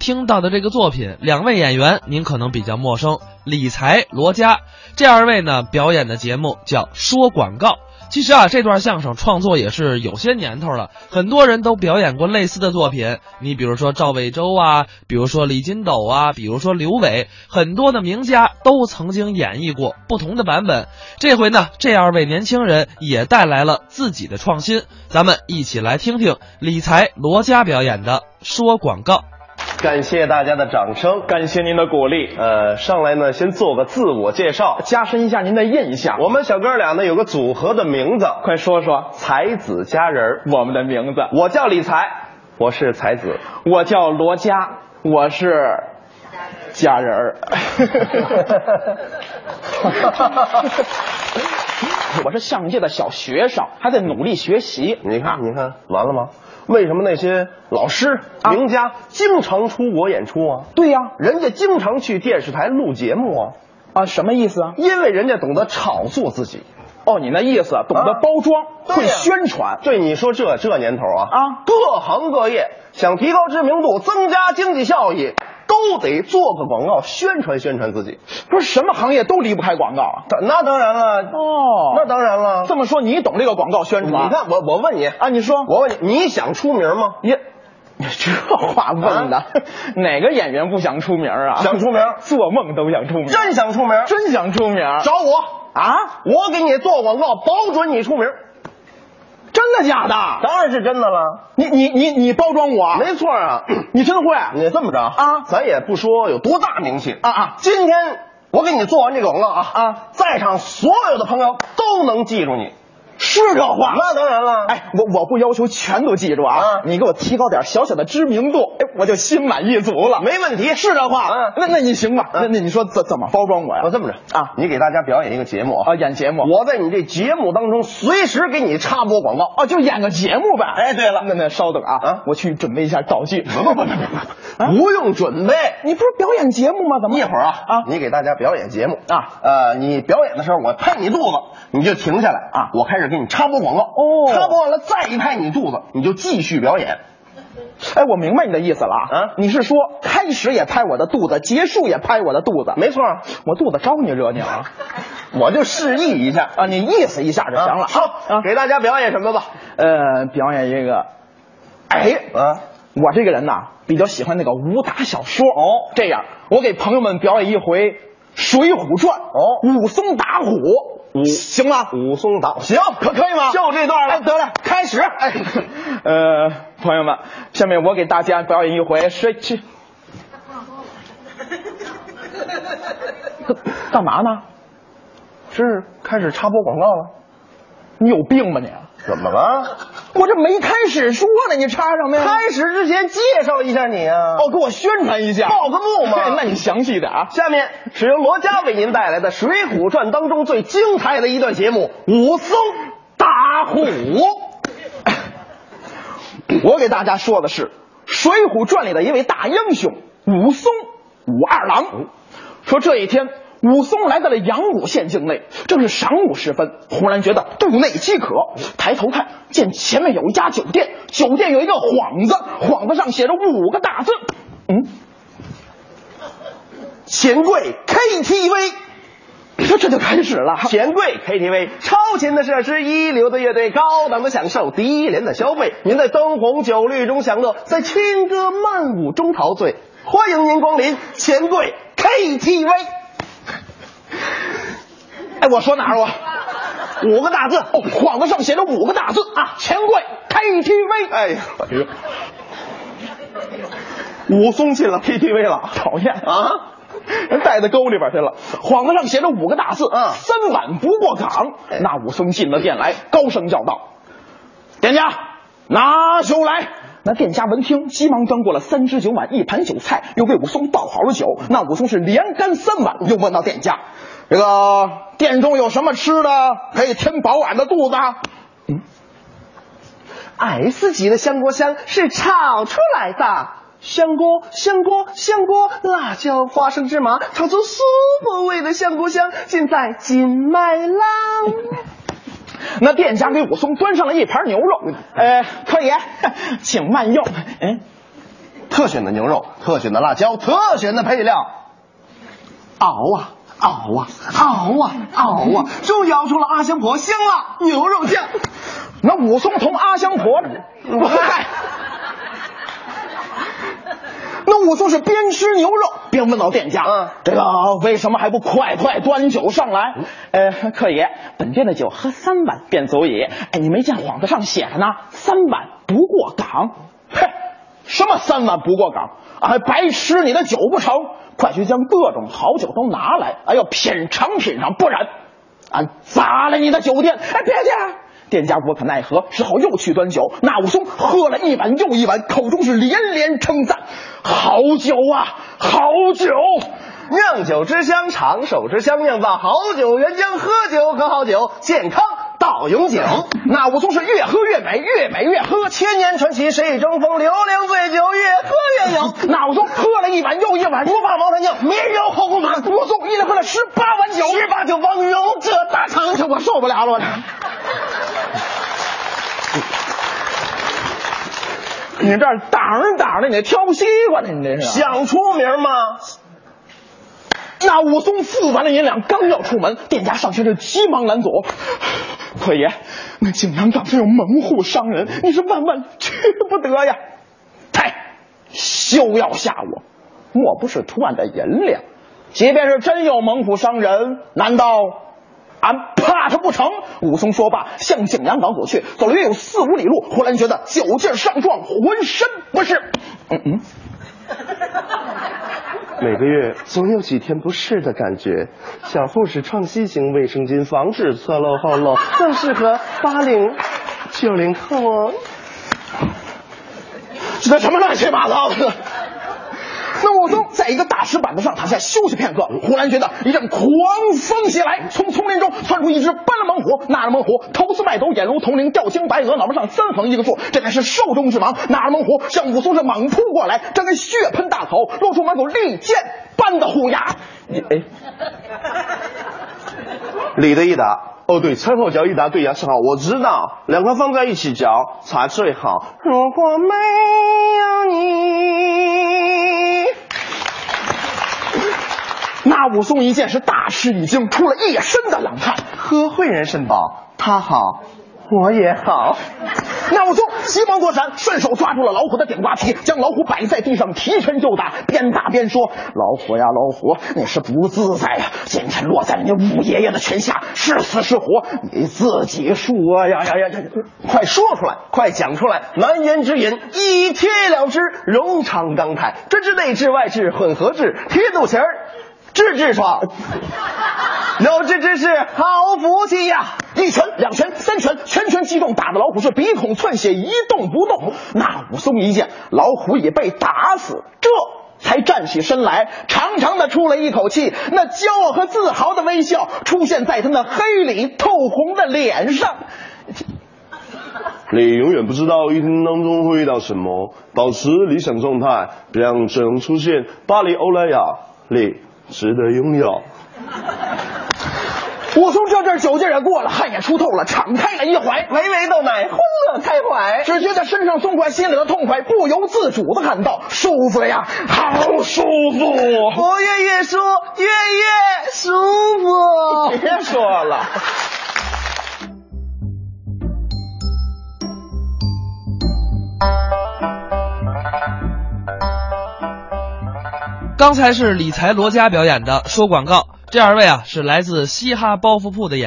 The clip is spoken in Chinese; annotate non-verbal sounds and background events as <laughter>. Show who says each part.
Speaker 1: 听到的这个作品，两位演员您可能比较陌生，李才、罗佳这二位呢表演的节目叫《说广告》。其实啊，这段相声创作也是有些年头了，很多人都表演过类似的作品。你比如说赵魏洲啊，比如说李金斗啊，比如说刘伟，很多的名家都曾经演绎过不同的版本。这回呢，这二位年轻人也带来了自己的创新，咱们一起来听听李才、罗佳表演的《说广告》。
Speaker 2: 感谢大家的掌声，
Speaker 3: 感谢您的鼓励，
Speaker 2: 呃，上来呢，先做个自我介绍。
Speaker 3: 加深一下您的印象。
Speaker 2: 我们小哥俩呢有个组合的名字，
Speaker 3: 快说说
Speaker 2: 才子佳人儿。
Speaker 3: 我们的名字。
Speaker 2: 我叫李才，我是才子。
Speaker 3: 我叫罗佳，我是佳人
Speaker 2: <laughs>
Speaker 3: 儿。我是相声界的小学生，还在努力学习。
Speaker 2: 你看，你看，完了吗？为什么那些老师、
Speaker 3: 啊
Speaker 2: 名家经常出国演出啊？
Speaker 3: 对呀、
Speaker 2: 人家经常去电视台录节目啊，
Speaker 3: 啊，什么意思啊？
Speaker 2: 因为人家懂得炒作自己。
Speaker 3: 哦，你那意思懂得
Speaker 2: 啊
Speaker 3: 包装，
Speaker 2: 对呀
Speaker 3: 会宣传。
Speaker 2: 对，你说这这年头啊
Speaker 3: 啊
Speaker 2: 各行各业想提高知名度、增加经济效益，都得做个广告宣传宣传自己。
Speaker 3: 不是什么行业都离不开广告啊。
Speaker 2: 那当然了，
Speaker 3: 哦
Speaker 2: 那当然了。
Speaker 3: 这么说你懂这个广告宣
Speaker 2: 你
Speaker 3: 传？
Speaker 2: 看，我我问你
Speaker 3: 啊，你说
Speaker 2: 我问你，你想出名吗？
Speaker 3: 你 <laughs> 这话问的，
Speaker 2: 啊
Speaker 3: 哪个演员不想出名啊？嗯
Speaker 2: 想出名，
Speaker 3: 做梦都想出名，
Speaker 2: 真想出名，
Speaker 3: 真想出名
Speaker 2: 找我，
Speaker 3: 啊！
Speaker 2: 我给你做广告，保准你出名。
Speaker 3: 真的假的？
Speaker 2: 当然是真的了，
Speaker 3: 你你你你包装我？
Speaker 2: 没错啊。
Speaker 3: <clears throat> 你真会啊
Speaker 2: 你这么着
Speaker 3: 啊
Speaker 2: 咱也不说有多大名气
Speaker 3: 啊！
Speaker 2: 今天我给你做完这个广告啊
Speaker 3: 啊，
Speaker 2: 在场所有的朋友都能记住你，
Speaker 3: 是这话。
Speaker 2: 那当然了，，
Speaker 3: 哎，我我不要求全都记住啊
Speaker 2: 啊，
Speaker 3: 你给我提高点小小的知名度，哎，我就心满意足了。
Speaker 2: 没问题。
Speaker 3: 是这话
Speaker 2: 嗯，
Speaker 3: 那那你行吧？
Speaker 2: 嗯哦
Speaker 3: 那那你说怎怎么包装我呀
Speaker 2: 我？这么着
Speaker 3: 啊
Speaker 2: 你给大家表演一个节目
Speaker 3: 啊，，演节目，
Speaker 2: 我在你这节目当中随时给你插播广告。
Speaker 3: 哦，就演个节目呗。
Speaker 2: 哎对了
Speaker 3: 那那稍等啊，
Speaker 2: 啊
Speaker 3: 我去准备一下道具。不不不不不
Speaker 2: 不用准备，
Speaker 3: 你不是表演节目吗？怎么
Speaker 2: 一会儿啊
Speaker 3: 啊？
Speaker 2: 你给大家表演节目
Speaker 3: 啊，
Speaker 2: 呃，你表演的时候我拍你肚子，你就停下来
Speaker 3: 啊
Speaker 2: 我开始给你插播广告
Speaker 3: 哦
Speaker 2: 插播完了再一拍你肚子，你就继续表演。
Speaker 3: 哎，我明白你的意思了
Speaker 2: 啊
Speaker 3: 你是说开始也拍我的肚子，结束也拍我的肚子？
Speaker 2: 没错，
Speaker 3: 我肚子招你惹
Speaker 2: <laughs>
Speaker 3: 你了
Speaker 2: 我就示意一下
Speaker 3: 啊？你意思一下就行了。
Speaker 2: 好、
Speaker 3: 啊，
Speaker 2: 给大家表演什么吧？
Speaker 3: 呃，表演一个，哎，
Speaker 2: 啊，
Speaker 3: 我这个人呐，比较喜欢那个武打小说
Speaker 2: 哦
Speaker 3: 这样，我给朋友们表演一回《水浒传》
Speaker 2: 哦
Speaker 3: 武松打虎，
Speaker 2: 武
Speaker 3: 行吗？
Speaker 2: 武松打
Speaker 3: 行，可可以吗？
Speaker 2: 就这段了
Speaker 3: 哎，得了，开始。哎， <laughs> 呃，朋友们，下面我给大家表演一回水去。干 <laughs> 干嘛呢？
Speaker 2: 是开始插播广告了，
Speaker 3: 你有病吧你？
Speaker 2: 怎么了？
Speaker 3: 我这没开始说呢，你插什么呀？
Speaker 2: 开始之前介绍一下你啊。
Speaker 3: 哦，给我宣传一下，
Speaker 2: 报个幕嘛
Speaker 3: 对那你详细点啊。
Speaker 2: 下面是由罗家为您带来的《水浒传》当中最精彩的一段节目《武松打虎》。
Speaker 3: <coughs> 我给大家说的是《水浒传》里的一位大英雄武松武二
Speaker 2: 哦
Speaker 3: 郎。说这一天，武松来到了阳谷县境内，正是晌午时分，忽然觉得肚内饥渴，抬头看见前面有一家酒店，酒店有一个幌子，幌子上写着五个大字：嗯，
Speaker 2: 钱柜 KTV，
Speaker 3: 这这就开始了。
Speaker 2: 钱柜 KTV，超前的设施，一流的乐队，高档的享受，低廉的消费。您在灯红酒绿中享乐，在轻歌曼舞中陶醉。欢迎您光临钱柜 KTV，
Speaker 3: <laughs> 哎，我说哪儿我？
Speaker 2: 五个大字。
Speaker 3: 哦，幌子上写着五个大字啊，钱柜 KTV。
Speaker 2: 哎呀，武松进了 KTV 了
Speaker 3: 讨厌
Speaker 2: 啊！
Speaker 3: 人带到沟里边去了。幌子上写着五个大字：
Speaker 2: 嗯
Speaker 3: 三碗不过岗。那武松进了店来，高声叫道：“店家，拿酒来！”那店家闻听，急忙端过了三只酒碗、一盘酒菜，又为武松倒好了酒。那武松是连干三碗，又问到店家：“这个店中有什么吃的可以填饱俺的肚子啊？”
Speaker 2: S 级的香锅香是炒出来的。香锅，香锅，香锅，辣椒、花生、芝麻，炒出苏泊味的香锅香，尽在锦麦郎。
Speaker 3: 那店家给武
Speaker 2: 哎
Speaker 3: 松端上了一盘牛肉，呃，可以，请慢用。哎，
Speaker 2: 特选的牛肉、特选的辣椒、特选的配料，熬啊熬啊熬啊熬啊，终于熬出了阿香婆香辣牛肉酱。
Speaker 3: 那武松同阿香婆，嗨，那武松是边吃牛肉边问到店家：“
Speaker 2: 嗯
Speaker 3: 这个为什么还不快快端酒上来？”呃，客爷，本店的酒喝三碗便足矣。哎，你没见幌子上写着呢，三碗不过岗。嘿，什么三碗不过岗？还白吃你的酒不成？快去将各种好酒都拿来，哎呦，品尝品尝，不然俺砸了你的酒店！哎，别介！店家无可奈何，只好又去端酒。那武松喝了一碗又一碗，口中是连连称赞：“好酒啊，好酒！”
Speaker 2: 酿酒之乡，长寿之乡，酿造好酒原浆，喝酒可好酒，健康到永久。
Speaker 3: 那武松是越喝越美，越美越喝。
Speaker 2: 千年传奇，谁与争锋？刘伶醉酒，越喝越有。
Speaker 3: 那武松喝了一碗又一碗，
Speaker 2: 不怕茅台尿，没人后宫马。
Speaker 3: 武松一连喝了十八碗酒，
Speaker 2: 十八九方勇者大成，
Speaker 3: 我受不了了，我这。你这儿挡着挡着，你这挑西瓜呢？你这是
Speaker 2: 想出名吗？
Speaker 3: 那武松付完了银两，刚要出门，店家上前是急忙拦阻：“客爷，那景阳冈上有门户商人，你是万万去不得呀！”太休要吓我，莫不是图俺的银两？即便是真有门户商人，难道俺怕他不成？武松说罢，向景阳冈走去，走了约有四五里路，忽然觉得酒劲儿上撞，浑身不适。嗯嗯。
Speaker 2: 每个月总有几天不适的感觉。小护士创新型卫生巾，防止侧漏后漏，更适合八零、九零后哦。
Speaker 3: 这什么乱七八糟的？ <laughs> 那武松在一个大石板子上躺下休息片刻，忽然觉得一阵狂风袭来，从丛林中窜出一只斑斓猛虎。那只猛虎头似麦斗，眼如铜铃，吊睛白额，脑门上三横一个竖，这乃是兽中之王。那只猛虎向武松是猛扑过来，张开血喷大口，露出满口利剑般的虎牙。哎，
Speaker 2: 李的一打，哦对，餐后嚼一打对牙齿好，我知道，两个放在一起嚼才最好。如果没有你，
Speaker 3: 那武松一见是大吃一惊，出了一身的冷汗。
Speaker 2: 喝汇仁肾宝，他好，我也好。
Speaker 3: 那武松急忙躲闪，顺手抓住了老虎的顶瓜皮，将老虎摆在地上，提拳就打，边打边说：“老虎呀，老虎，你是不自在呀、今天落在人家武爷爷的拳下，是死是活，你自己说呀呀呀呀！”
Speaker 2: 快说出来，快讲出来！难言之隐，一贴了之，荣昌刚泰，这是内治外治混合治，贴肚脐儿，治痔疮。有志之士，好福气呀！
Speaker 3: 一拳、两拳、三拳，拳拳击中，打的老虎是鼻孔窜血，一动不动。那武松一见老虎已被打死，这才站起身来，长长的出了一口气，那骄傲和自豪的微笑出现在他那黑里透红的脸上。
Speaker 4: 你永远不知道一天当中会遇到什么，保持理想状态，别让整容出现。巴黎欧莱雅，你值得拥有。
Speaker 3: 武松这阵酒劲儿也过了，汗也出透了，敞开了一怀，
Speaker 2: 唯唯豆奶，欢乐开怀。
Speaker 3: 只觉得身上松快，心里头痛快，不由自主的喊道：“舒服呀，好舒
Speaker 1: 哦
Speaker 2: <laughs>
Speaker 3: 服
Speaker 2: 我越越说，越越舒！”服。
Speaker 3: 别说了。
Speaker 1: 刚才是理财罗家表演的说广告，这二位啊是来自嘻哈包袱铺的演员。